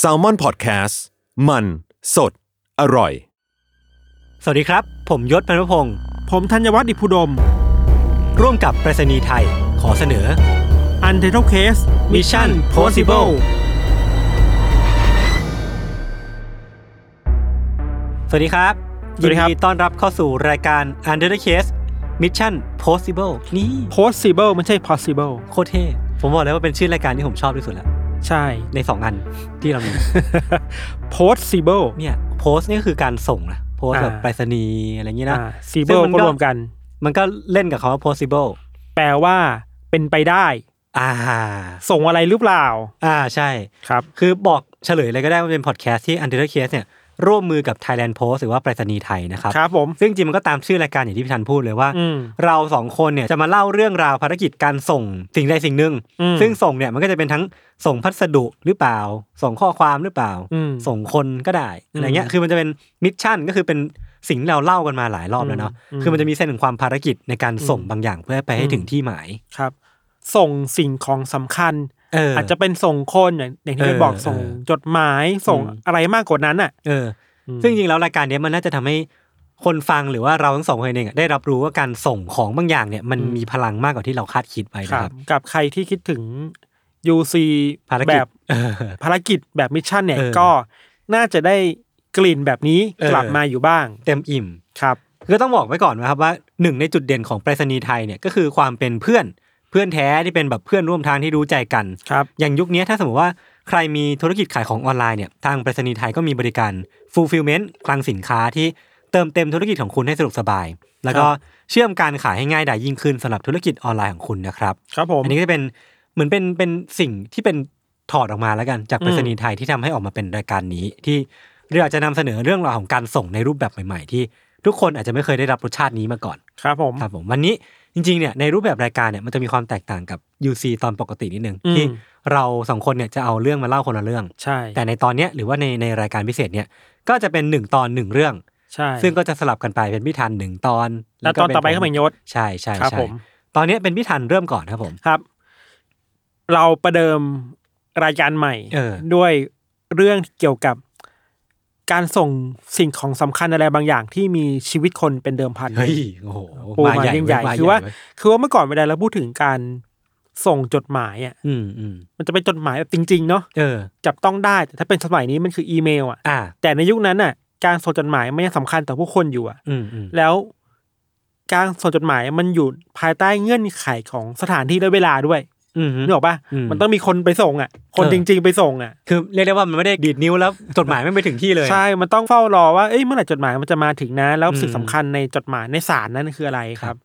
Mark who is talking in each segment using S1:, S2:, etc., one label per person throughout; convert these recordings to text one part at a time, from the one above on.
S1: s a l ม o n PODCAST มันสดอร่อย
S2: สวัสดีครับ ผมยศพันธุพงศ์
S3: ผมธัญวัฒน์อิพุดม
S2: ร่วมกับประษณีย์ไทย ขอเสนอ
S3: u n t i t l e Case
S2: Mission Possible สวัสดีครับ
S3: สวัสดีครับ
S2: ยินต้อนรับเข้าสู่รายการ Under the Case Mission Possible นี่
S3: Possible ไม่ใช่ Possible
S2: โคตรเท่ผมบอกเลยว่าเป็นชื่อรายการที่ผมชอบที่สุดแล้ว
S3: ใช่
S2: ใน 2 อันที่เรามี
S3: Possible
S2: เนี่ยโพสนี่ก็คือการส่งนะโพส
S3: อ่า
S2: แบบไปรษณีย์อะไรอย่างงี้นะ
S3: อ่า
S2: ซึ่ง
S3: Sible
S2: มันก็
S3: ก็รวมกัน
S2: มันก็เล่นกับคำว่า possible
S3: แปลว่า เป็นไปได้
S2: อ่า
S3: ส่งอะไรหรือเปล่า
S2: อ่าใช่
S3: ครับ
S2: คือบอกเฉลยเลยก็ได้ว่าเป็นพอดแคสต์ที่ Under the Case เนี่ยร่วมมือกับ Thailand Post หรือว่าไปรษณีย์ไทยนะครับ
S3: ครับผม
S2: ซึ่งจริงมันก็ตามชื่อรายการอย่างที่พี่ธันพูดเลยว่า
S3: อืม
S2: เราสองคนเนี่ยจะมาเล่าเรื่องราวภารกิจการส่งสิ่งใดสิ่งหนึ่ง
S3: อืม
S2: ซึ่งส่งเนี่ยมันก็จะเป็นทั้งส่งพัสดุหรือเปล่า ส่งข้อความหรือเปล่า
S3: อืม
S2: ส่งคนก็ได้อะไรเงี้ย
S3: อืม
S2: คือมันจะเป็นมิชชั่นก็คือเป็นสิ่งที่เราเล่ากันมาหลายรอบแล้วเนาะ
S3: อืม
S2: คือมันจะมีเส้นของความภารกิจในการส่ง
S3: อืม
S2: บางอย่างเพื่อไปให้
S3: อืม
S2: ถึงที่หมาย
S3: ครับ ส่งสิ่งของสำคัญ
S2: เอออ
S3: อาจจะเป็นส่งคนอย่างอย่าง
S2: เอ
S3: ที่
S2: อ
S3: เคยบอกส่ง
S2: เออ
S3: จดหมายส่ง
S2: อืม
S3: อะไรมากกว่านั้นอ่ะ
S2: เอออ
S3: ม
S2: ซึ่งจริงๆแล้วรายการเนี้ยมันน่าจะทำให้คนฟังหรือว่าเราทั้งสองคนเองอะได้รับรู้ว่าการส่งของบางอย่างเนี่ยมันมีพลังมากกว่าที่เราคาดคิดไป
S3: ค
S2: นะค
S3: รับ
S2: รับ
S3: กับใครที่คิดถึง UC
S2: ภาร
S3: แบ
S2: กิจ
S3: บ
S2: เออ
S3: ภารกิจแบบมิชชั่นเนี่ย
S2: เออ
S3: ก็น่าจะได้กลิ่นแบบนี้
S2: เออ
S3: กลับมาอยู่บ้าง
S2: เต็มอิ่ม
S3: ครับ
S2: คือต้องบอกไว้ก่อนนะครับว่าหนึ่งในจุดเด่นของไปรษณีย์ไทยเนี่ยก็คือความเป็นเพื่อนเพื่อนแท้ที่เป็นแบบเพื่อนร่วมทางที่รู้ใจกัน
S3: ครับ
S2: อย่างยุคนี้ถ้าสมมติว่าใครมีธุรกิจขายของออนไลน์เนี่ยทางไปรษณีย์ไทยก็มีบริการ fulfillment คลังสินค้าที่เติมเต็มธุรกิจของคุณให้สะดวกสบาย แล้วก็
S3: ครับ
S2: เชื่อมการขายให้ง่ายดายยิ่งขึ้นสำหรับธุรกิจออนไลน์ของคุณนะครับ
S3: ครับผม
S2: อันนี้ก็จะเป็นเหมือนเป็นเป็นสิ่งที่เป็นถอดออกมาแล้วกันจาก
S3: อืม
S2: ไปรษณีย์ไทยที่ทำให้ออกมาเป็นรายการนี้ ที่เราอยากจะนำเสนอเรื่องราวของการส่งในรูปแบบใหม่ๆ ที่ทุกคนอาจจะไม่เคยได้รับรสชาตินี้มาก่อน
S3: ครับผม
S2: ครับผมวันนี้จริงๆเนี่ยในรูปแบบรายการเนี่ยมันจะมีความแตกต่างกับ UC ตอนปกตินิดนึง
S3: อืม
S2: ที่เราสองคนเนี่ยจะเอาเรื่องมาเล่าคนละเรื่อง
S3: ใช่
S2: แต่ในตอนเนี้ยหรือว่าในในรายการพิเศษเนี่ยก็จะเป็นหนึ่งตอนหนึ่งเรื่อง
S3: ใช่
S2: ซึ่งก็จะสลับกันไปเป็นพิธันหนึ่งตอน
S3: แล้วตอนต่อไปก็เป็นยศ
S2: ใช่ใช่
S3: ครับ
S2: ใช่
S3: ผม
S2: ตอนเนี้ยเป็นพิธันเริ่มก่อนครับผม
S3: ครับ เราประเดิมรายการใหม่
S2: เออ
S3: ด้วยเรื่องเกี่ยวกับ การส่งสิ่งของสำคัญอะไรบางอย่างที่มีชีวิตคนเป็นเดิมพัน
S2: เฮ้ยโอ้โห
S3: ปูมายิ่งใหญ่
S2: เว้ยม
S3: คือว่า
S2: เย
S3: คือว่าเมื่อก่อนเวลาเราพูดถึงการส่งจดหมายอ่ะ
S2: อืมอืม
S3: มันจะเป็นจดหมายแบบจริง ๆ เนาะ
S2: เออ
S3: จับต้องได้แต่ถ้าเป็นสมัยนี้มันคืออีเมลอ่ะ
S2: อ่า
S3: แต่ในยุคนั้นน่ะ การส่งจดหมายมันยังสำคัญต่อผู้คนอยู่อ่ะ
S2: อืมอืม
S3: แล้วการส่งจดหมายมันอยู่ภายใต้เงื่อนไขของสถานที่และเวลาด้วย
S2: อืม
S3: นึกออกปะ
S2: อืม
S3: มันต้องมีคนไปส่งอ่ะ คน
S2: เออ
S3: จริง ๆ ไปส่งอ่ะ
S2: คือเรียกได้ว่ามันไม่ได้ดีดนิ้วแล้วจดหมายไม่ไปถึงที่เลย
S3: ใช่ มันต้องเฝ้ารอว่าเอ้ยเมื่อไหร่จดหมายมันจะมาถึงนะ แล้ว
S2: อืม
S3: สิ่งสำคัญในจดหมายในสารนั้นคืออะไร
S2: ค
S3: ค
S2: รั
S3: รับ บ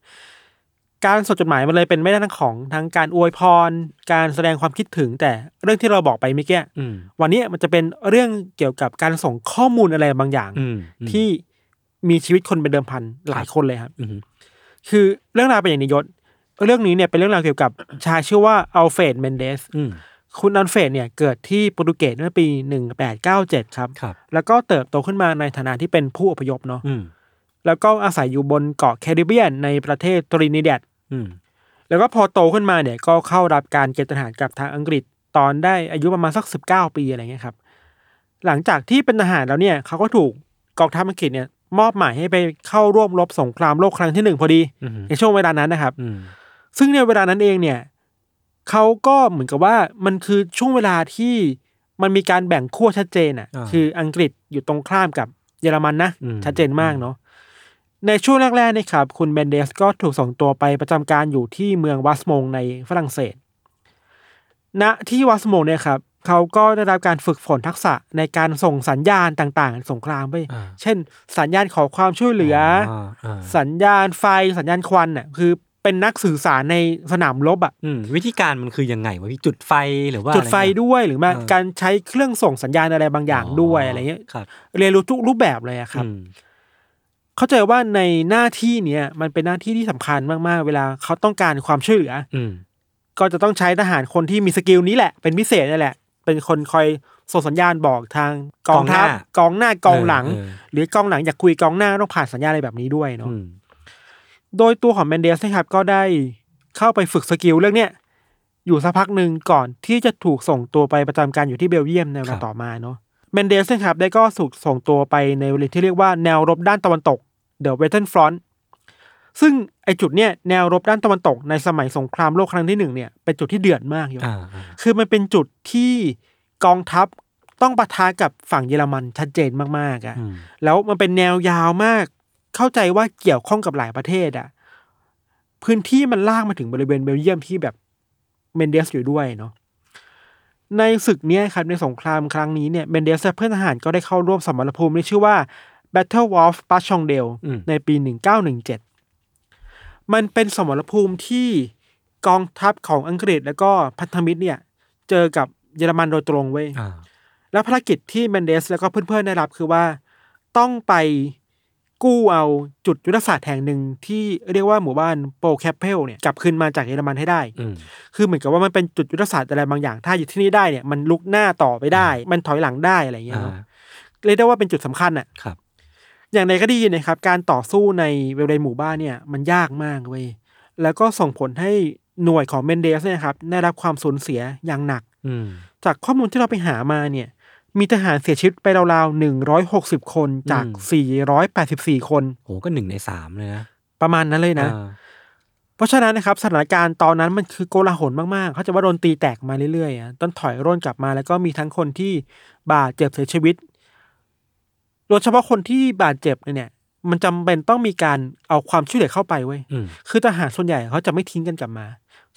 S3: การส่งจดหมายมันเลยเป็นไม่ได้ทั้งของทั้งการอวยพร การแสดงความคิดถึง แต่เรื่องที่เราบอกไปเมื่อกี้
S2: อืม
S3: วันนี้มันจะเป็นเรื่องเกี่ยวกับการส่งข้อมูลอะไรบางอย่าง
S2: อืม
S3: ที่มีชีวิตคนเป็นเดิมพันหลายคนเลยครับ
S2: อืม
S3: คือเรื่องราวเป็นอย่างนี้ยศ เรื่องนี้เนี่ยเป็นเรื่องราวเกี่ยวกับ ชายชื่อว่าอัลเฟรดเมนเดส
S2: อืม
S3: คุณอัลเฟรดเนี่ยเกิดที่โปรตุเกสเมื่อปี 1897 ครับ
S2: ครับ
S3: แล้วก็เติบโตขึ้นมาในฐานะที่เป็นผู้อพยพเนาะ
S2: อืม
S3: แล้วก็อาศัยอยู่บนเกาะแคริบเบียนในประเทศตรินิแดด
S2: อืม
S3: แล้วก็พอโตขึ้นมาเนี่ยก็เข้ารับการเกณฑ์ทหารกับทางอังกฤษตอนได้อายุประมาณสักสิบเก้าปีอะไรเงี้ยครับ หลังจากที่เป็นทหารแล้วเนี่ยเขาก็ถูกกองทัพอังกฤษเนี่ยมอบหมายให้ไปเข้าร่วมรบสงครามโลกครั้งที่หนึ่งพอดี
S2: อืม
S3: ในช่วงเวลานั้นนะครับ
S2: อืม
S3: ซึ่งในเวลานั้นเองเนี่ยเขาก็เหมือนกับว่ามันคือช่วงเวลาที่มันมีการแบ่งขั้วชัดเจนอ่ะ
S2: า
S3: คืออังกฤษอยู่ตรงข้ามกับเยอรมันนะ
S2: อืม
S3: ชัดเจนมากเนาะในช่วงแรกๆนี่ครับ คุณเบนเดสก็ถูกส่งตัวไปประจำการอยู่ที่เมืองวัสมงในฝรั่งเศส ณที่วัสมงเนี่ยครับเขาก็ได้รับการฝึกฝนทักษะในการส่งสัญญาณต่างๆ สงครามไป
S2: อ่า
S3: เช่น สัญญาณขอความช่วยเหลือ
S2: าอ่า
S3: สัญญาณไฟสัญญาณควันน่ะคือเป็นนักสื่อสารในสนามรบอ่ะ
S2: อืมวิธีการมันคือยังไงวะพี่จุดไฟหรือว่า
S3: จุดไฟ
S2: อะรเงี้
S3: ด้วยหรือไม่
S2: เออ
S3: การใช้เครื่องส่งสัญญาณอะไรบางอย่างด้วยอะไรเงี้ย
S2: ครับ
S3: เรียนรู้ทุกรูปแบบเลยอะครับ
S2: อืม
S3: เข้าใจว่าในหน้าที่เนี้ยมันเป็นหน้าที่ที่สำคัญมากๆ เวลาเขาต้องการความช่วยเหลือ
S2: อืม
S3: ก็จะต้องใช้ทหารคนที่มีสกิลนี้แหละ เป็นพิเศษนี่แหละ เป็นคนคอยส่งสัญญาณบอกทางกองทัพกองหน้ากองหลัง
S2: เออ
S3: หรือกองหลังอยากคุยกองหน้าต้องผ่านสัญญาณอะไรแบบนี้ด้วย
S2: เออ
S3: เนาะ
S2: อืม
S3: โดยตัวของแมนเดสนะครับก็ได้เข้าไปฝึกสกิลเรื่องเนี้ย อยู่สักพักหนึ่งก่อนที่จะถูกส่งตัวไปประจำการอยู่ที่เบลเยียมในเว
S2: ครั
S3: ลา
S2: บ
S3: ต่อมาเนาะเมนเดสนะครับได้ก็ถูกส่งตัวไปในบริเวณที่เรียกว่าแนวรบด้านตะวันตก The Western Front ซึ่งไอจุดเนี่ยแนวรบด้านตะวันตกในสมัยสงครามโลกครั้งที่หนึ่งเนี่ยเป็นจุดที่เดือดมากอยู่
S2: อ่าอ่า
S3: คือมันเป็นจุดที่กองทัพต้องปะทะกับฝั่งเยอรมันชัดเจนมากๆอะ่ะ
S2: อืม
S3: แล้วมันเป็นแนวยาวมาก เข้าใจว่าเกี่ยวข้องกับหลายประเทศอะ่ะ พื้นที่มันลากมาถึงบริเวณเบลเยียมที่แบบเมนเดสอยู่ด้วยเนาะ ในศึกเนี้ยครับในสงครามครั้งนี้เนี่ยเมนเดสและเพื่อนทหารก็ได้เข้าร่วมสมรภูมิที่ชื่อว่า Battle of p a c h o n g d a l e
S2: อืม
S3: ในปี 1917 มันเป็นสมรภูมิที่กองทัพของอังกฤษแล้วก็พันธมิตรเนี่ย เจอกับเยอรมันโดยตรงเว้ย
S2: อ่า
S3: แล้วภารกิจที่เมนเดสแล้วก็เพื่อนๆได้รับคือว่าต้องไปกู้เอาจุดยุทธศาสตร์แห่งหนึ่งที่เรียกว่าหมู่บ้านโปรแคปเพลเนี่ยกลับคืนมาจากเยอรมันให้ได้
S2: อืม
S3: คือเหมือนกับว่ามันเป็นจุดยุทธศาสตร์อะไรบางอย่าง ถ้าอยู่ที่นี่ได้เนี่ยมันลุกหน้าต่อไปได้ มันถอยหลังได้อะไรอย่างเงี้ย
S2: อ่า
S3: เนาะเรียกได้ว่าเป็นจุดสำคัญอะ
S2: ครับ
S3: อย่างไรก็ดีนะครับการต่อสู้ในบริเวณหมู่บ้านเนี่ยมันยากมากเว้ยแล้วก็ส่งผลให้หน่วยของเมนเดสเนี่ยครับได้รับความสูญเสียอย่างหนัก
S2: อืม
S3: จากข้อมูลที่เราไปหามาเนี่ยมีทหารเสียชีวิตไปราวๆหนึ่งร้อยหกสิบคนจาก
S2: อืม
S3: สี่ร้อยแปดสิบสี่คน
S2: โหก็หนึ่งในสามเลยนะ
S3: ประมาณนั้นเลยนะ
S2: อ่า
S3: เพราะฉะนั้นนะครับสถานการณ์ตอนนั้นมันคือโกลาหลมากๆ เขาใจะว่าโดนตีแตกมาเรื่อยๆอ่ะต้นถอยร่นกลับมาแล้วก็มีทั้งคนที่บาดเจ็บเสียชีวิต โดยเฉพาะคนที่บาดเจ็บเนี่ย มันจำเป็นต้องมีการเอาความช่วยเหลือเข้าไปเว้ย
S2: อืม
S3: คือทหารส่วนใหญ่เขาจะไม่ทิ้งกันกลับมา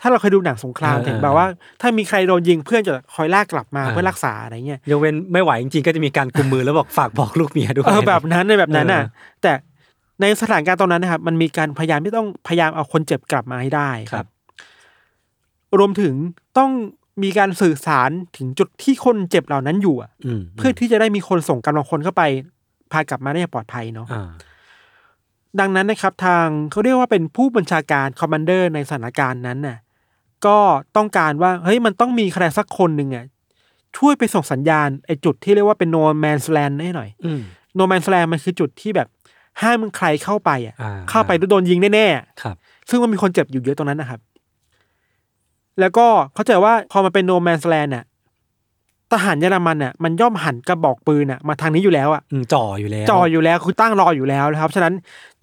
S3: ถ้าเราเคยดูหนังสงคราม
S2: เออ
S3: เห็นแบบว่า ถ้ามีใครโดนยิงเพื่อนจะคอยลากกลับมา
S2: เออ
S3: เพื่อรักษาอะไรเงี้ย
S2: ยกเว้นไม่ไหวจริงๆ ก็จะมีการกุมมือแล้วบอกฝากบอกลูกเมียด้วย
S3: เออแบบนั้นในแบบนั้นน่ะ
S2: เอ
S3: แต่ในสถานการณ์ตอนนั้นนะครับ มันมีการพยายามที่ต้องพยายามเอาคนเจ็บกลับมาให้ได้
S2: ครับ
S3: รวมถึงต้องมีการสื่อสารถึงจุดที่คนเจ็บเหล่านั้นอยู่อะ
S2: อืม
S3: เพื่อที่จะได้มีคนส่งกำลังคนเข้าไป พากลับมาได้อย่างปลอดภัยเนาะ
S2: อ่า
S3: ดังนั้นนะครับ ทางเขาเรียกว่าเป็นผู้บัญชาการคอมมานเดอร์ในสถานการณ์นั้นน่ะ ก็ต้องการว่าเฮ้ยมันต้องมีใครสักคนหนึ่งอ่ะช่วยไปส่งสัญญาณไอ้จุดที่เรียกว่าเป็นโนแมนสแลนให้หน่อย
S2: อืม
S3: โนแมนสแลมมันคือจุดที่แบบห้ามมึงใครเข้าไปอ่ะ
S2: อ่า
S3: เข้าไปแล้วโดนยิงแน่
S2: ครับ
S3: ๆ ซึ่งมันมีคนเจ็บอยู่เยอะตรงนั้นนะครับ แล้วก็เข้าใจว่าพอมันเป็นโนแมนสแลนน่ะทหารเยอรมันน่ะมันย่อมหันกระบอกปืนน่ะมาทางนี้อยู่แล้วอ่ะ
S2: อืมจ่ออยู่แล้ว
S3: จ่ออยู่แล้วคือตั้งรออยู่แล้วนะครับ ฉะนั้น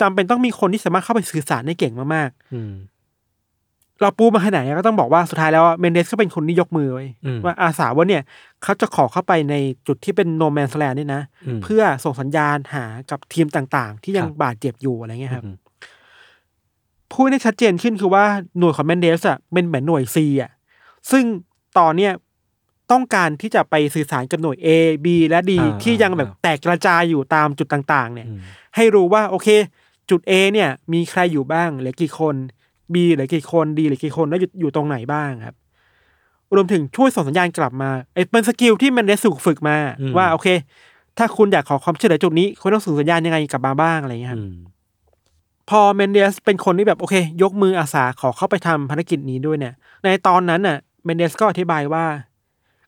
S3: จำเป็นต้องมีคนที่สามารถเข้าไปสื่อสารได้เก่งมาก
S2: อืม
S3: ๆ เราปูมาขนาดนี้ก็ต้องบอกว่าสุดท้ายแล้วอะเมนเดสก็เป็นคนที่ยกมือไว้
S2: อืม
S3: ว่าอาสาว่าเนี่ยเขาจะขอเข้าไปในจุดที่เป็นโนแมนสแลนนี่ยนะ
S2: ม
S3: เพื่อส่งสัญญาณหากับทีมต่างๆ ที่ยัง
S2: ครับ
S3: บาดเจ็บอยู่อะไรเงี้ยครับ
S2: อืม
S3: พูดได้ชัดเจนขึ้นคือว่าหน่วยของแมนเดสอ่ะเป็นเหมือนหน่วยซีอ่ะซึ่งตอนเนี้ยต้องการที่จะไปสื่อสารกับหน่วย A B และ D
S2: า
S3: ที่ยังแบบ
S2: อ่า
S3: แตกกระจายอยู่ตามจุดต่างๆ เนี่ย
S2: อืม
S3: ให้รู้ว่าโอเค จุด A เนี่ยมีใครอยู่บ้างเหลือกี่คน B เหลือกี่คน D เหลือกี่คนแล้วอยู่อยู่ตรงไหนบ้างครับ รวมถึงช่วยส่งสัญญาณกลับมาไอ้เป็นสกิลที่แมนเดสถูกฝึกมา
S2: อืม
S3: ว่าโอเค ถ้าคุณอยากขอความช่วยเหลือจุดนี้คุณต้องส่งสัญญาณยังไงกลับมาบ้างอะไรอย่างเงี้ยครับ
S2: อืม
S3: พอเมนเดสเป็นคนที่แบบโอเค ยกมืออาสาขอเข้าไปทำภารกิจนี้ด้วยเนี่ย ในตอนนั้นน่ะเมนเดสก็อธิบายว่า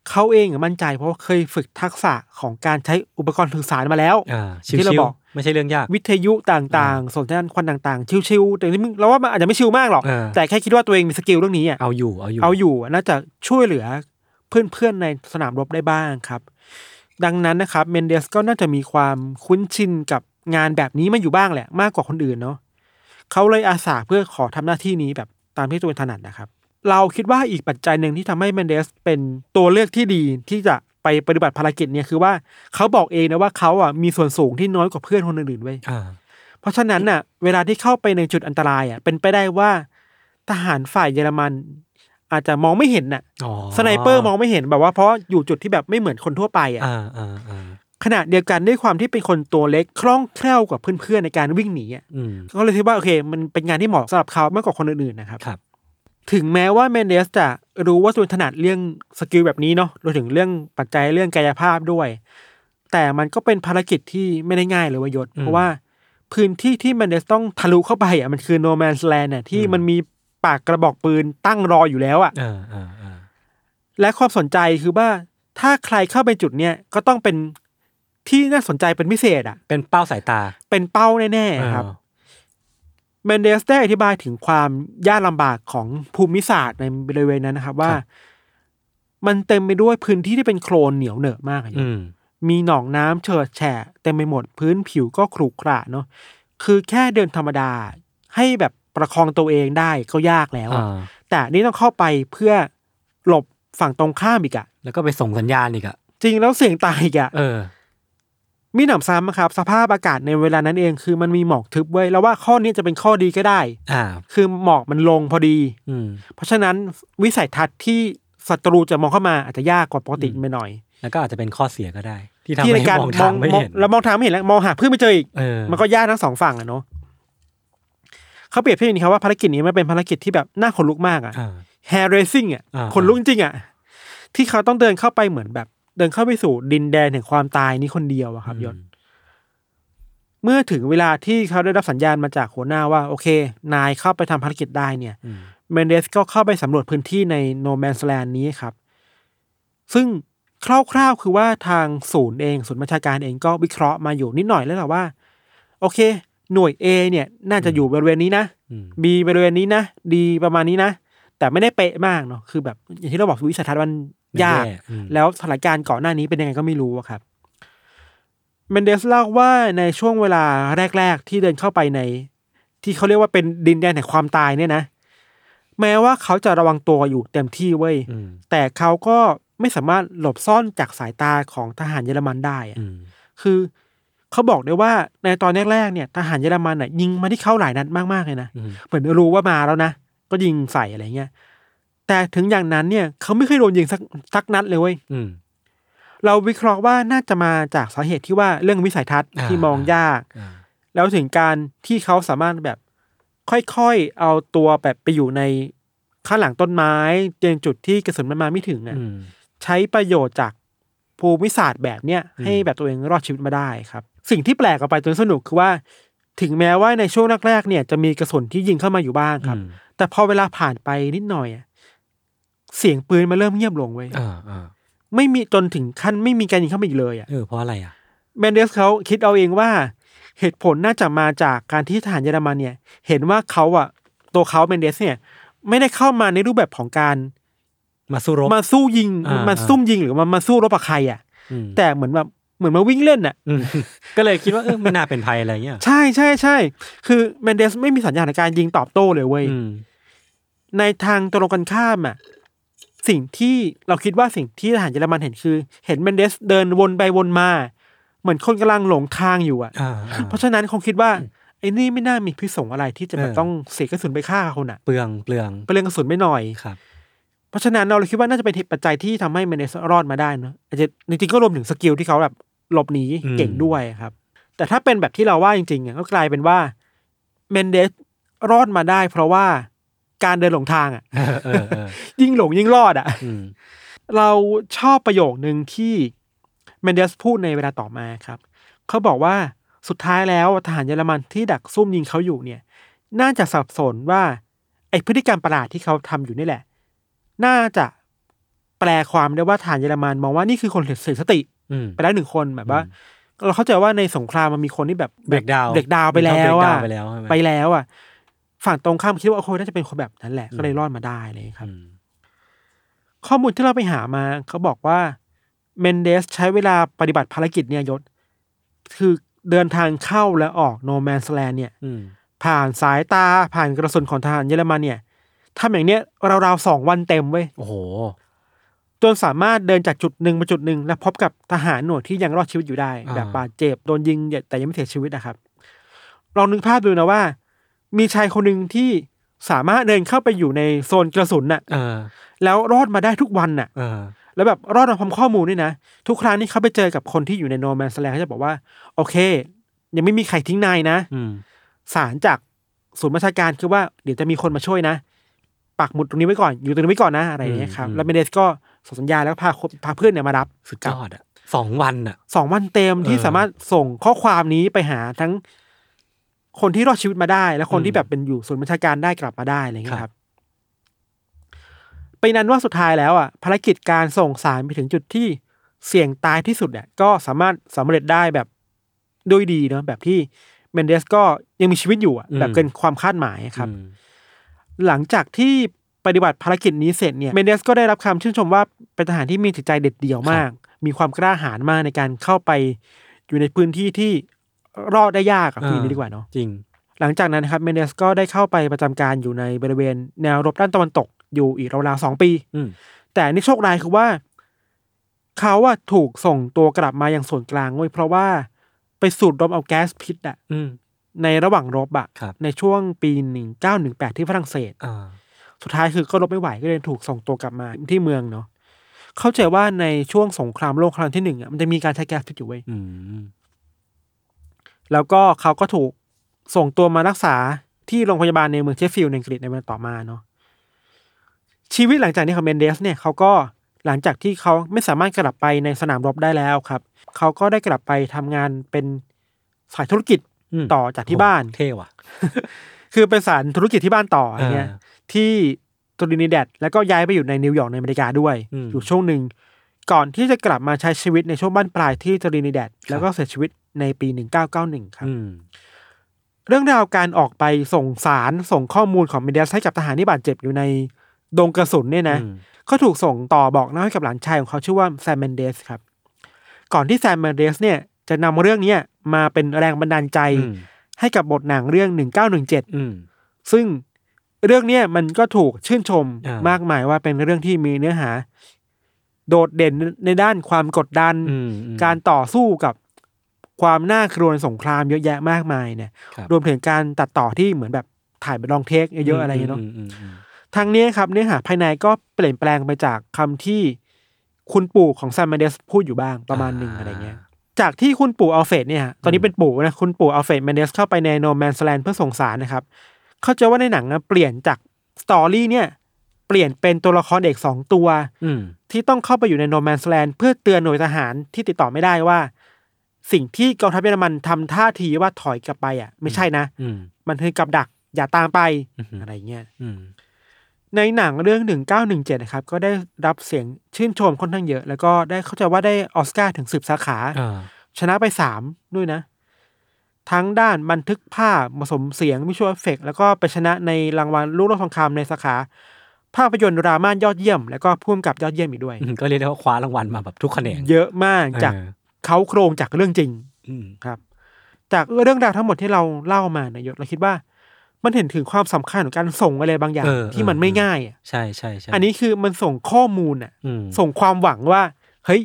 S3: เขาเองอะมั่นใจเพราะว่าเคยฝึกทักษะของการใช้อุปกรณ์สื่อสารมาแล้ว
S2: อ่าชิ
S3: ที่เรา
S2: ว
S3: บอก
S2: ๆไม่ใช่เรื่องยาก
S3: วิทยุต่างๆสนทนาควันต่างๆ ชิวๆแต่นี่มึงเราว่ามันอาจจะไม่ชิวมากหรอก
S2: เออ
S3: แต่แค่คิดว่าตัวเองมีสกิลเรื่องนี้อ่ะ
S2: เอาอยู่เอาอยู่
S3: เอาอยู่อะน่าจะช่วยเหลือเพื่อนๆในสนามรบได้บ้างครับ ดังนั้นนะครับเมนเดสก็น่าจะมีความคุ้นชินกับงานแบบนี้มาอยู่บ้างแหละ มากกว่าคนอื่นเนาะเขาเลยอาสาเพื่อขอทำหน้าที่นี้แบบตามที่ตัวเองถนัดนะครับ เราคิดว่าอีกปัจจัยหนึ่งที่ทำให้เมนเดสเป็นตัวเลือกที่ดีที่จะไปปฏิบัติภารกิจเนี่ยคือว่าเขาบอกเองนะว่าเขาอ่ะมีส่วนสูงที่น้อยกว่าเพื่อนคนอื่นๆเว้ย
S2: อ่า
S3: เพราะฉะนั้นน่ะ เวลาที่เข้าไปในจุดอันตรายอ่ะเป็นไปได้ว่าทหารฝ่ายเยอรมัน อาจจะมองไม่เห็นน่ะ
S2: อ๋อ
S3: สไนเปอร์มองไม่เห็นแบบว่าเพราะอยู่จุดที่แบบไม่เหมือนคนทั่วไปอ่ะ
S2: อ่าอ่าอ่า
S3: ขณะเดียวกันด้วยความที่เป็นคนตัวเล็กคล่องแคล่วกว่าเพื่อนๆในการวิ่งหนีอ่ะ
S2: อืม
S3: ก็เลยคิดว่าโอเค มันเป็นงานที่เหมาะสำหรับเขามากกว่าคนอื่นๆนะครับ
S2: ครับ
S3: ถึงแม้ว่าเมนเดสจะรู้ว่าตัวเองถนัดเรื่องสกิลแบบนี้เนาะรวมถึงเรื่องปัจจัยเรื่องกายภาพด้วย แต่มันก็เป็นภารกิจที่ไม่ได้ง่ายเลยเวยยศ เพราะว่าพื้นที่ที่เมนเดสต้องทะลุเข้าไปอ่ะมันคือโนแมนสแลนด์น่ะที่
S2: อืม
S3: มันมีปากกระบอกปืนตั้งรออยู่แล้วอ่ะ
S2: อ่าอ่าอ่า
S3: และความสนใจคือว่าถ้าใครเข้าไปจุดเนี้ยก็ต้องเป็นที่น่าสนใจเป็นพิเศษอ่ะ
S2: เป็นเป้าสายตา
S3: เป็นเป้าแน่ๆครับ
S2: เออ
S3: เมนเดสได้อธิบายถึงความยากลำบากของภูมิศาสตร์ในบริเวณนั้นนะครับ ว่า
S2: ครับ
S3: มันเต็มไปด้วยพื้นที่ที่เป็นโคลนเหนียวเหนอะมากอะ
S2: อืม
S3: มีหนองน้ำเฉิดแฉะเต็มไปหมดพื้นผิวก็ขรุขระเนาะคือแค่เดินธรรมดา ให้แบบประคองตัวเองได้ก็ยากแล้วอะ
S2: อ่า
S3: แต่นี่ต้องเข้าไปเพื่อหลบฝั่งตรงข้ามอีกอะ
S2: แล้วก็ไปส่งสัญญาณอีกอะ
S3: จริงแล้วเสี่ยงตายอีกอะ
S2: เออ
S3: มีหนำซ้ำนะครับสภาพอากาศในเวลานั้นเองคือมันมีหมอกทึบไว้ยแล้วว่าข้อนี้จะเป็นข้อดีก็ได้
S2: อ่า
S3: คือหมอกมันลงพอดี
S2: อืม
S3: เพราะฉะนั้นวิสัยทัศน์ที่ศัตรูจะมองเข้ามาอาจจะยากกว่าปกติไปหน่อย
S2: แล้วก็อาจจะเป็นข้อเสียก็ได้ ที่ทำ
S3: ที่ใน
S2: ให้
S3: การ
S2: มองทางไม่เห็น
S3: แล้วมองทางไม่เห็นแล้วมองหาเพื่อนไม่เจออีก
S2: เออ
S3: มันก็ยากทั้งสองฝั่งอะเนาะเขาเปรียบเทียบอย่างนี้ครับว่าภารกิจนี้มันเป็นภารกิจที่แบบน่าขนลุกมากอะ
S2: อ่า
S3: แฮร์เรซิ่งอ่ะ
S2: อ่า
S3: คนลุกจริงๆอ่ะที่เขาต้องเดินเข้าไปเหมือนแบบ เดินเข้าไปสู่ดินแดนแห่งความตายนี้คนเดียวอะครับยศเมื่อถึงเวลาที่เขาได้รับสัญญาณมาจากหัวหน้าว่า โอเค นายเข้าไปทำภารกิจได้เนี่ย
S2: อืม
S3: เมนเดสก็เข้าไปสำรวจพื้นที่ในโนแมนสแลนนี้ครับ ซึ่งคร่าวๆคือว่าทางศูนย์เองศูนย์บัญชาการเองก็วิเคราะห์มาอยู่นิดหน่อยแล้วแหละว่า โอเค หน่วย A เนี่ย น่าจะอยู่บริเวณนี้นะ
S2: อืม
S3: บีบริเวณนี้นะดีประมาณนี้นะ แต่ไม่ได้เป๊ะมากเนาะคือแบบอย่างที่เราบอกวิสัยทัศน์มันยาก
S2: มันแย่อืม
S3: แล้วสถานการณ์ก่อนหน้านี้เป็นยังไงก็ไม่รู้อะครับเมนเดสเล่าว่าในช่วงเวลาแรก ๆ ที่เดินเข้าไปใน ที่เขาเรียกว่าเป็นดินแดนแห่งความตายเนี่ยนะ แม้ว่าเขาจะระวังตัวอยู่เต็มที่เว้ย
S2: อืม
S3: แต่เขาก็ไม่สามารถหลบซ่อนจากสายตาของทหารเยอรมันได้อะ
S2: อืม
S3: คือเขาบอกได้ว่าในตอนแรกๆเนี่ย ทหารเยอรมันน่ะยิงมาที่เขาหลายนัดมากๆเลยนะ
S2: อืม
S3: เหมือนรู้ว่ามาแล้วนะ ก็ยิงใส่อะไรเงี้ย แต่ถึงอย่างนั้นเนี่ย เขาไม่เคยโดนยิงสักสักนัดเลยเว้ย
S2: อืม
S3: เราวิเคราะห์ว่าน่าจะมาจากสาเหตุที่ว่าเรื่องวิสัยทัศน์
S2: อ่า
S3: ที่มองยาก
S2: อ่า
S3: แล้วถึงการที่เขาสามารถแบบค่อยๆเอาตัวแบบไปอยู่ในข้างหลังต้นไม้เจนจุดที่กระสุนมันมาไม่ถึงอะ
S2: อืม
S3: ใช้ประโยชน์จากภูมิศาสตร์แบบเนี้ยให้แบบตัวเองรอดชีวิตมาได้ครับ สิ่งที่แปลกออกไปจนสนุกคือว่า ถึงแม้ว่าในช่วงแรกๆเนี่ยจะมีกระสุนที่ยิงเข้ามาอยู่บ้างครับ
S2: อืม
S3: แต่พอเวลาผ่านไปนิดหน่อยอะเสียงปืนมันเริ่มเงียบลงเว้ย
S2: อ่าอ่า
S3: ไม่มีจนถึงขั้นไม่มีการยิงเข้ามาอีกเลยอะ
S2: เออเพราะอะไรอ่ะ
S3: แมนเดสเขาคิดเอาเองว่า เหตุผลน่าจะมาจากการที่ทหารเยอรมันเนี่ย เห็นว่าเขาอะตัวเขาแมนเดสเนี่ย ไม่ได้เข้ามาในรูปแบบของการ
S2: มาสู้รบ
S3: มาสู้ยิง
S2: อ่ามั
S3: มาซุ่มยิงหรือมามาสู้รบกับใครอะ
S2: อืม
S3: แต่เหมือนแบบเหมือนมาวิ่งเล่นอะ
S2: อืมก็เลยคิดว่าเออไม่น่าเป็นภัยอะไรเงี้ย
S3: ใช่ใช่ใช่คือแมนเดสไม่มีสัญญาณในการยิงตอบโต้เลยเว้ย
S2: อืม
S3: ในทางตรงกันข้ามอ่ะสิ่งที่เราคิดว่าสิ่งที่ทหารเยอรมันเห็นคือ เห็นเมนเดสเดินวนไปวนมา เหมือนคนกำลังหลงทางอยู่อ่ะ
S2: อ่าอ่า
S3: เพราะฉะนั้นคงคิดว่าไอ้นี่ไม่น่ามีพิษสงอะไรที่จะแบบ
S2: เออ
S3: ต้องเสียกระสุนไปฆ่าคนอ่ะ
S2: เปลืองเปลือง
S3: ไปเรื่องกระสุนไม่หน่อย
S2: ครับ
S3: เพราะฉะนั้นเราเลยคิดว่าน่าจะเป็นเหตุปัจจัยที่ทำให้เมนเดสรอดมาได้เนอะอาจจะจริงๆก็รวมถึงสกิลที่เขาแบบหลบหนี
S2: อืม
S3: เก่งด้วยครับ แต่ถ้าเป็นแบบที่เราว่าจริงๆอะก็กลายเป็นว่าเมนเดสรอดมาได้ เพราะว่าการเดินหลงทางอ่ะ
S2: เออเออเออ
S3: ยิ่งหลงยิ่งรอดอ่ะ
S2: อืม
S3: เราชอบประโยคหนึ่งที่เมนเดสพูดในเวลาต่อมาครับ เขาบอกว่าสุดท้ายแล้วทหารเยอรมันที่ดักซุ่มยิงเขาอยู่เนี่ย น่าจะสับสนว่าไอพฤติกรรมประหลาดที่เขาทำอยู่นี่แหละ น่าจะแปลความได้ว่าทหารเยอรมันมองว่านี่คือคนเสียสติ
S2: อืม
S3: ไปแล้วหนึ่งคนแบบว่า เราเข้าใจว่าในสงครามมันมีคนที่แบบ
S2: เบรกดาวน์
S3: เบรกดาวน์ไปแล้ว
S2: มีคนเบรก
S3: อะ
S2: ดาวน์ไปแล้วใช่ไหม
S3: ไปแล้วอะฝั่งตรงข้ามคิดว่าโอ้โหน่าจะเป็นคนแบบนั้นแหละก็เลยรอดมาได้เลยครับ
S2: อืม
S3: ข้อมูลที่เราไปหามาเขาบอกว่าเมนเดสใช้เวลาปฏิบัติภารกิจเนี่ยยศ คือเดินทางเข้าและออกโนแมนสแลนเนี่ย
S2: อืม
S3: ผ่านสายตาผ่านกระสุนของทหารเยอรมันเนี่ยทำอย่างเนี้ยราวๆสองวันเต็มเว้ย
S2: โอ้โห
S3: จนสามารถเดินจากจุดหนึ่งไปจุดหนึ่งและพบกับทหารหน่วยที่ยังรอดชีวิตอยู่ได้
S2: อ่า
S3: แบบบาดเจ็บโดนยิงแต่ยังไม่เสียชีวิตนะครับลองนึกภาพดูนะว่า มีชายคนหนึ่งที่สามารถเดินเข้าไปอยู่ในโซนกระสุนน่ะ
S2: เออ
S3: แล้วรอดมาได้ทุกวันน่ะ
S2: เออ
S3: แล้วแบบรอดมาพร้อมข้อมูลด้วยนะ ทุกครั้งที่เขาไปเจอกับคนที่อยู่ในโนแมนสแลนเขาจะบอกว่า โอเค ยังไม่มีใครทิ้งนายนะ
S2: อืม
S3: สารจากศูนย์ประชาการคือว่าเดี๋ยวจะมีคนมาช่วยนะ ปักหมุดตรงนี้ไว้ก่อน อยู่ตรงนี้ไว้ก่อนนะอะไรอย่างเงี้ยครับแล้วเมเดสก็ส่งสัญญาณแล้วพาคนพาเพื่อนเนี่ยมารับ
S2: สุดยอดอ่ะสองวันอ่ะ
S3: สองวันเต็มที่
S2: เออ
S3: สามารถส่งข้อความนี้ไปหาทั้งคนที่รอดชีวิตมาได้ และคน
S2: อืม
S3: ที่แบบเป็นอยู่ศูนย์ประชาการได้กลับมาได้อะไรอย่างเงี้ย
S2: ค
S3: ครับ รับไปนั้นว่าสุดท้ายแล้วอ่ะภารกิจการส่งสารไปถึงจุดที่เสี่ยงตายที่สุดเนี่ยก็สามารถสำเร็จได้แบบด้วยดีเนาะแบบที่ เมนเดสก็ยังมีชีวิตอยู่อะ
S2: อืม
S3: แบบเกินความคาดหมายครับ
S2: อืม
S3: หลังจากที่ปฏิบัติภารกิจนี้เสร็จเนี่ยเมนเดสก็ได้รับคำชื่นชมว่าเป็นทหารที่มีจิตใจเด็ดเดี่ยวมาก มีความกล้าหาญมากในการเข้าไปอยู่ในพื้นที่ที่รอดได้ยากอะพูดอย่างนี้ดีกว่าเนาะ
S2: จริง
S3: หลังจากนั้นนะครับเมนเดสก็ได้เข้าไปประจำการอยู่ในบริเวณแนวรบด้านตะวันตกอยู่อีกราวๆสองปี
S2: อืม
S3: แต่นี่โชคร้ายคือว่า เขาอะถูกส่งตัวกลับมาอย่างส่วนกลางเว้ยเพราะว่าไปสูดดมเอาแก๊สพิษอะ
S2: อืม
S3: ในระหว่างรบอะ
S2: ครับ
S3: ในช่วงปี 1918 ที่ฝรั่งเศส
S2: อ่า
S3: สุดท้ายคือก็รบไม่ไหวก็เลยถูกส่งตัวกลับมาที่เมืองเนาะเข้าใจว่าในช่วงสงครามโลกครั้งที่หนึ่งอะมันจะมีการใช้แก๊สพิษอยู่เว้ย
S2: อืม
S3: แล้วก็เขาก็ถูกส่งตัวมารักษาที่โรงพยาบาลในเมืองเชฟฟิลด์ในอังกฤษในเวลาต่อมาเนาะชีวิตหลังจากนี้ของเมนเดสเนี่ยเขาก็หลังจากที่เขาไม่สามารถกลับไปในสนามรบได้แล้วครับ เขาก็ได้กลับไปทำงานเป็นสายธุรกิจ
S2: ม
S3: ต่อจากที่บ้าน
S2: เท่ว่ะ
S3: คือเป็นสายธุรกิจที่บ้านต่ออย่างเงี้ย
S2: อ่า
S3: ที่ตรินิแดดแล้วก็ย้ายไปอยู่ในนิวยอร์กในอเมริกาด้วย
S2: อืม
S3: อยู่ช่วงหนึ่งก่อนที่จะกลับมาใช้ชีวิตในช่วงบ้านปลายที่ตรินิแดดแล้วก็เสียชีวิตในปี 1991ครับ
S2: อืม
S3: เรื่องราวการออกไปส่งสารส่งข้อมูลของเมนเดสให้กับทหารที่บาดเจ็บอยู่ในดงกระสุนเนี่ยนะ
S2: อืม
S3: ก็ถูกส่งต่อบอกเล่าให้กับหลานชายของเขาชื่อว่าแซมเมนเดสครับ ก่อนที่แซมเมนเดสเนี่ยจะนำเรื่องเนี้ยมาเป็นแรงบันดาลใจ
S2: อืม
S3: ให้กับบทหนังเรื่อง 1917
S2: อืม
S3: ซึ่งเรื่องเนี้ยมันก็ถูกชื่นชม
S2: อ่าม
S3: มากมายว่าเป็นเรื่องที่มีเนื้อหา โดดเด่นในด้านความกดดัน
S2: อืมอืม
S3: การต่อสู้กับความน่าครวญสงครามเยอะแยะมากมายเนี่ย
S2: ครับ
S3: รวมถึงการตัดต่อที่เหมือนแบบถ่ายเป็นลองเทคเยอะๆอะไรอย่างเงี้ยเนาะ
S2: มมอืม
S3: ทางเนี้ยครับเนื้อหาภายในก็เปลี่ยนแปลงไปจากคำที่คุณปู่ของแซมเมนเดสพูดอยู่บ้างประมาณหนึ่งอะไรเงี้ย จากที่คุณปู่อัลเฟรดเนี่ยฮะตอนนี้เป็นปู่นะคุณปู่อัลเฟรดเมนเดสเข้าไปในโนแมนสแลนเพื่อส่งสารนะครับ เข้าใจว่าในหนังนะเปลี่ยนจากสตอรี่เนี่ยเปลี่ยนเป็นตัวละครเอกสองตัว
S2: อืม
S3: ที่ต้องเข้าไปอยู่ในโนแมนสแลนเพื่อเตือนหน่วยทหารที่ติดต่อไม่ได้ว่า สิ่งที่กองทัพเยอรมันทำท่าทีว่าถอยกลับไปอ่ะ ไม่ใช่นะ
S2: อืม
S3: มันคือกับดักอย่าตามไป
S2: อือหืออ
S3: อะไรเงี้ย
S2: อืม
S3: ในหนังเรื่อง 1917 นะครับ ก็ได้รับเสียงชื่นชมค่อนข้างเยอะ แล้วก็ได้เข้าใจว่าได้ออสการ์ถึงสิบสาขา
S2: อ่า
S3: ชนะไปสามด้วยนะ ทั้งด้านบันทึกภาพผสมเสียงวิชวลเฟกแล้วก็ไปชนะในรางวัลลูกโลกทองคำในสาขา ภาพยนตร์ดราม่ายอดเยี่ยม แล้วก็พ่วงกับยอดเยี่ยมอีกด้วย
S2: อืมก็เรียกได้ว่าคว้ารางวัลมาแบบทุกแขนง
S3: เยอะมากจาก
S2: เออ
S3: เขาโครงจากเรื่องจริง
S2: อืม
S3: ครับ จากเรื่องราวทั้งหมดที่เราเล่ามาเนายยศเราคิดว่า มันเห็นถึงความสำคัญของการส่งอะไรบางอย่าง ที่มันไม่ง่ายอะ
S2: ใช่ใช่ใช่
S3: อันนี้คือมันส่งข้อมูลอ่ะ
S2: อืม
S3: ส่งความหวังว่า เฮ้ย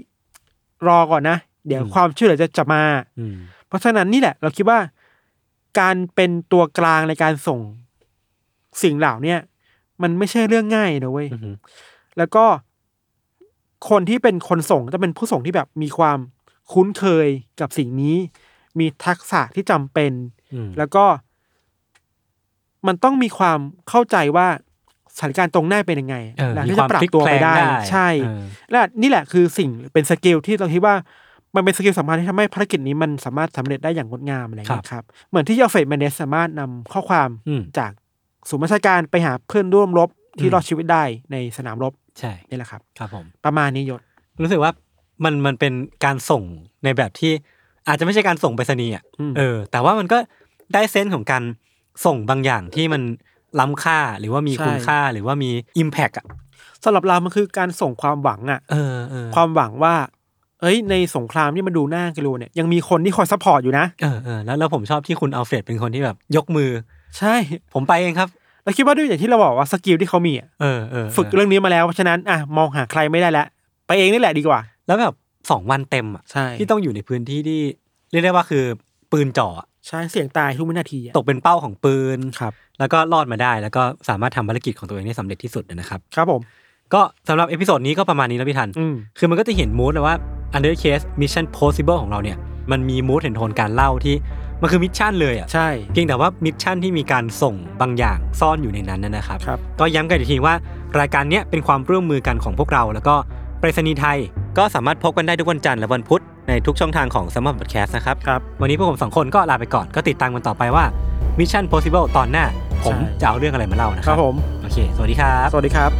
S3: รอก่อนนะ เดี๋ยว
S2: อืม
S3: ความช่วยเหลือจะจะมา
S2: อืม
S3: เพราะฉะนั้นนี่แหละ เราคิดว่า การเป็นตัวกลางในการส่งสิ่งเหล่าเนี้ยมันไม่ใช่เรื่องง่ายนะเว้ย
S2: อือหือ
S3: แล้วก็คนที่เป็นคนส่งจะเป็นผู้ส่งที่แบบมีความคุ้นเคยกับสิ่งนี้ มีทักษะที่จำเป็น
S2: อืม
S3: แล้วก็มันต้องมีความเข้าใจว่าสถานการณ์ตรงหน้าเป็นยังไง
S2: เออ
S3: แล้ว
S2: มี
S3: ที่
S2: ค
S3: จะ
S2: วาม
S3: ปรับ
S2: พลิก
S3: ตัว
S2: แพล
S3: ไป
S2: ง
S3: ได้
S2: ได้
S3: ใช่
S2: เออ
S3: และนี่แหละคือสิ่งเป็นสกิลที่เราคิดว่า มันเป็นสกิลสำคัญที่ทำให้ภารกิจนี้มันสามารถสำเร็จได้อย่างงดงามอะไรอย่างเงี้ยครับ เหมือนที่ยอเฟตแมนเดสสามารถนำข้อความ
S2: อืม
S3: จากศูนย์ราชการไปหาเพื่อนร่วมรบที่รอดชีวิตได้ในสนามรบ
S2: ใช่
S3: นี่แหละครับ
S2: ครับผม
S3: ประมาณนี้ยศ
S2: รู้สึกว่ามันมันเป็นการส่งในแบบที่อาจจะไม่ใช่การส่งไปรษณีย์อ่ะ
S3: อืม
S2: เออ แต่ว่ามันก็ได้เซนส์ของการส่งบางอย่างที่มันล้ำค่าหรือว่ามีคุณค่าหรือว่ามีอิมแพกอ่ะ
S3: สำหรับเรามันคือการส่งความหวังอะ
S2: เออเออ
S3: ความหวังว่า เอ้ย ในสงครามที่มันดูน่ากลัวเนี่ยยังมีคนที่คอยซัพพอร์ตอยู่นะ
S2: เออเออแล้วแล้วผมชอบที่คุณอัลเฟรดเป็นคนที่แบบยกมือ
S3: ใช่
S2: ผมไปเองครับ
S3: เราคิดว่าด้วยอย่างที่เราบอกว่าสกิลที่เขามีอะ
S2: เออเออเออ
S3: ฝึกเรื่องนี้มาแล้วเพราะฉะนั้นอ่ะมองหาใครไม่ได้แล้วไปเองนี่แหละดีกว่า
S2: แล้วแบบสองวันเต็มอ่ะ
S3: ใช่
S2: ที่ต้องอยู่ในพื้นที่ที่เรียกได้ว่าคือปืนจ่ออะ
S3: ใช่เสียงตายทุกวินาทีอะ
S2: ตกเป็นเป้าของปืน
S3: ครับ
S2: แล้วก็รอดมาได้ แล้วก็สามารถทำภารกิจของตัวเองได้สำเร็จที่สุดนะครับ
S3: ครับผม
S2: ก็สำหรับเอพิโซดนี้ก็ประมาณนี้แล้วพี่ทัน
S3: อืม
S2: คือมันก็จะเห็นมูดเลยว่า Under Case Mission Possible ของเราเนี่ย มันมีมูดเห็นโทนการเล่าที่ มันคือมิชชั่นเลยอะ่ะ
S3: ใช่
S2: เพียงแต่ว่ามิชชั่นที่มีการส่งบางอย่างซ่อนอยู่ในนั้นนะนะครับ
S3: ครับ
S2: ก็ย้ำกันอีกทีว่ารายการเนี้ยเป็นความร่วมมือกันของพวกเรา แล้วก็ไปรษณีย์ไทย ก็สามารถพบกันได้ทุกวันจันทร์และวันพุธในทุกช่องทางของสมัครบัตแคสนะครับ
S3: ครับ
S2: วันนี้พวกผมสองคนก็ลาไปก่อนก็ติดตามกันต่อไปว่า Mission Possible ตอนหน้า ผม
S3: ใช่
S2: จะเอาเรื่องอะไรมาเล่านะ
S3: ค
S2: ค
S3: รั
S2: รั
S3: บบผม
S2: โอเค สวัสดีครับ
S3: สวัสดีครับ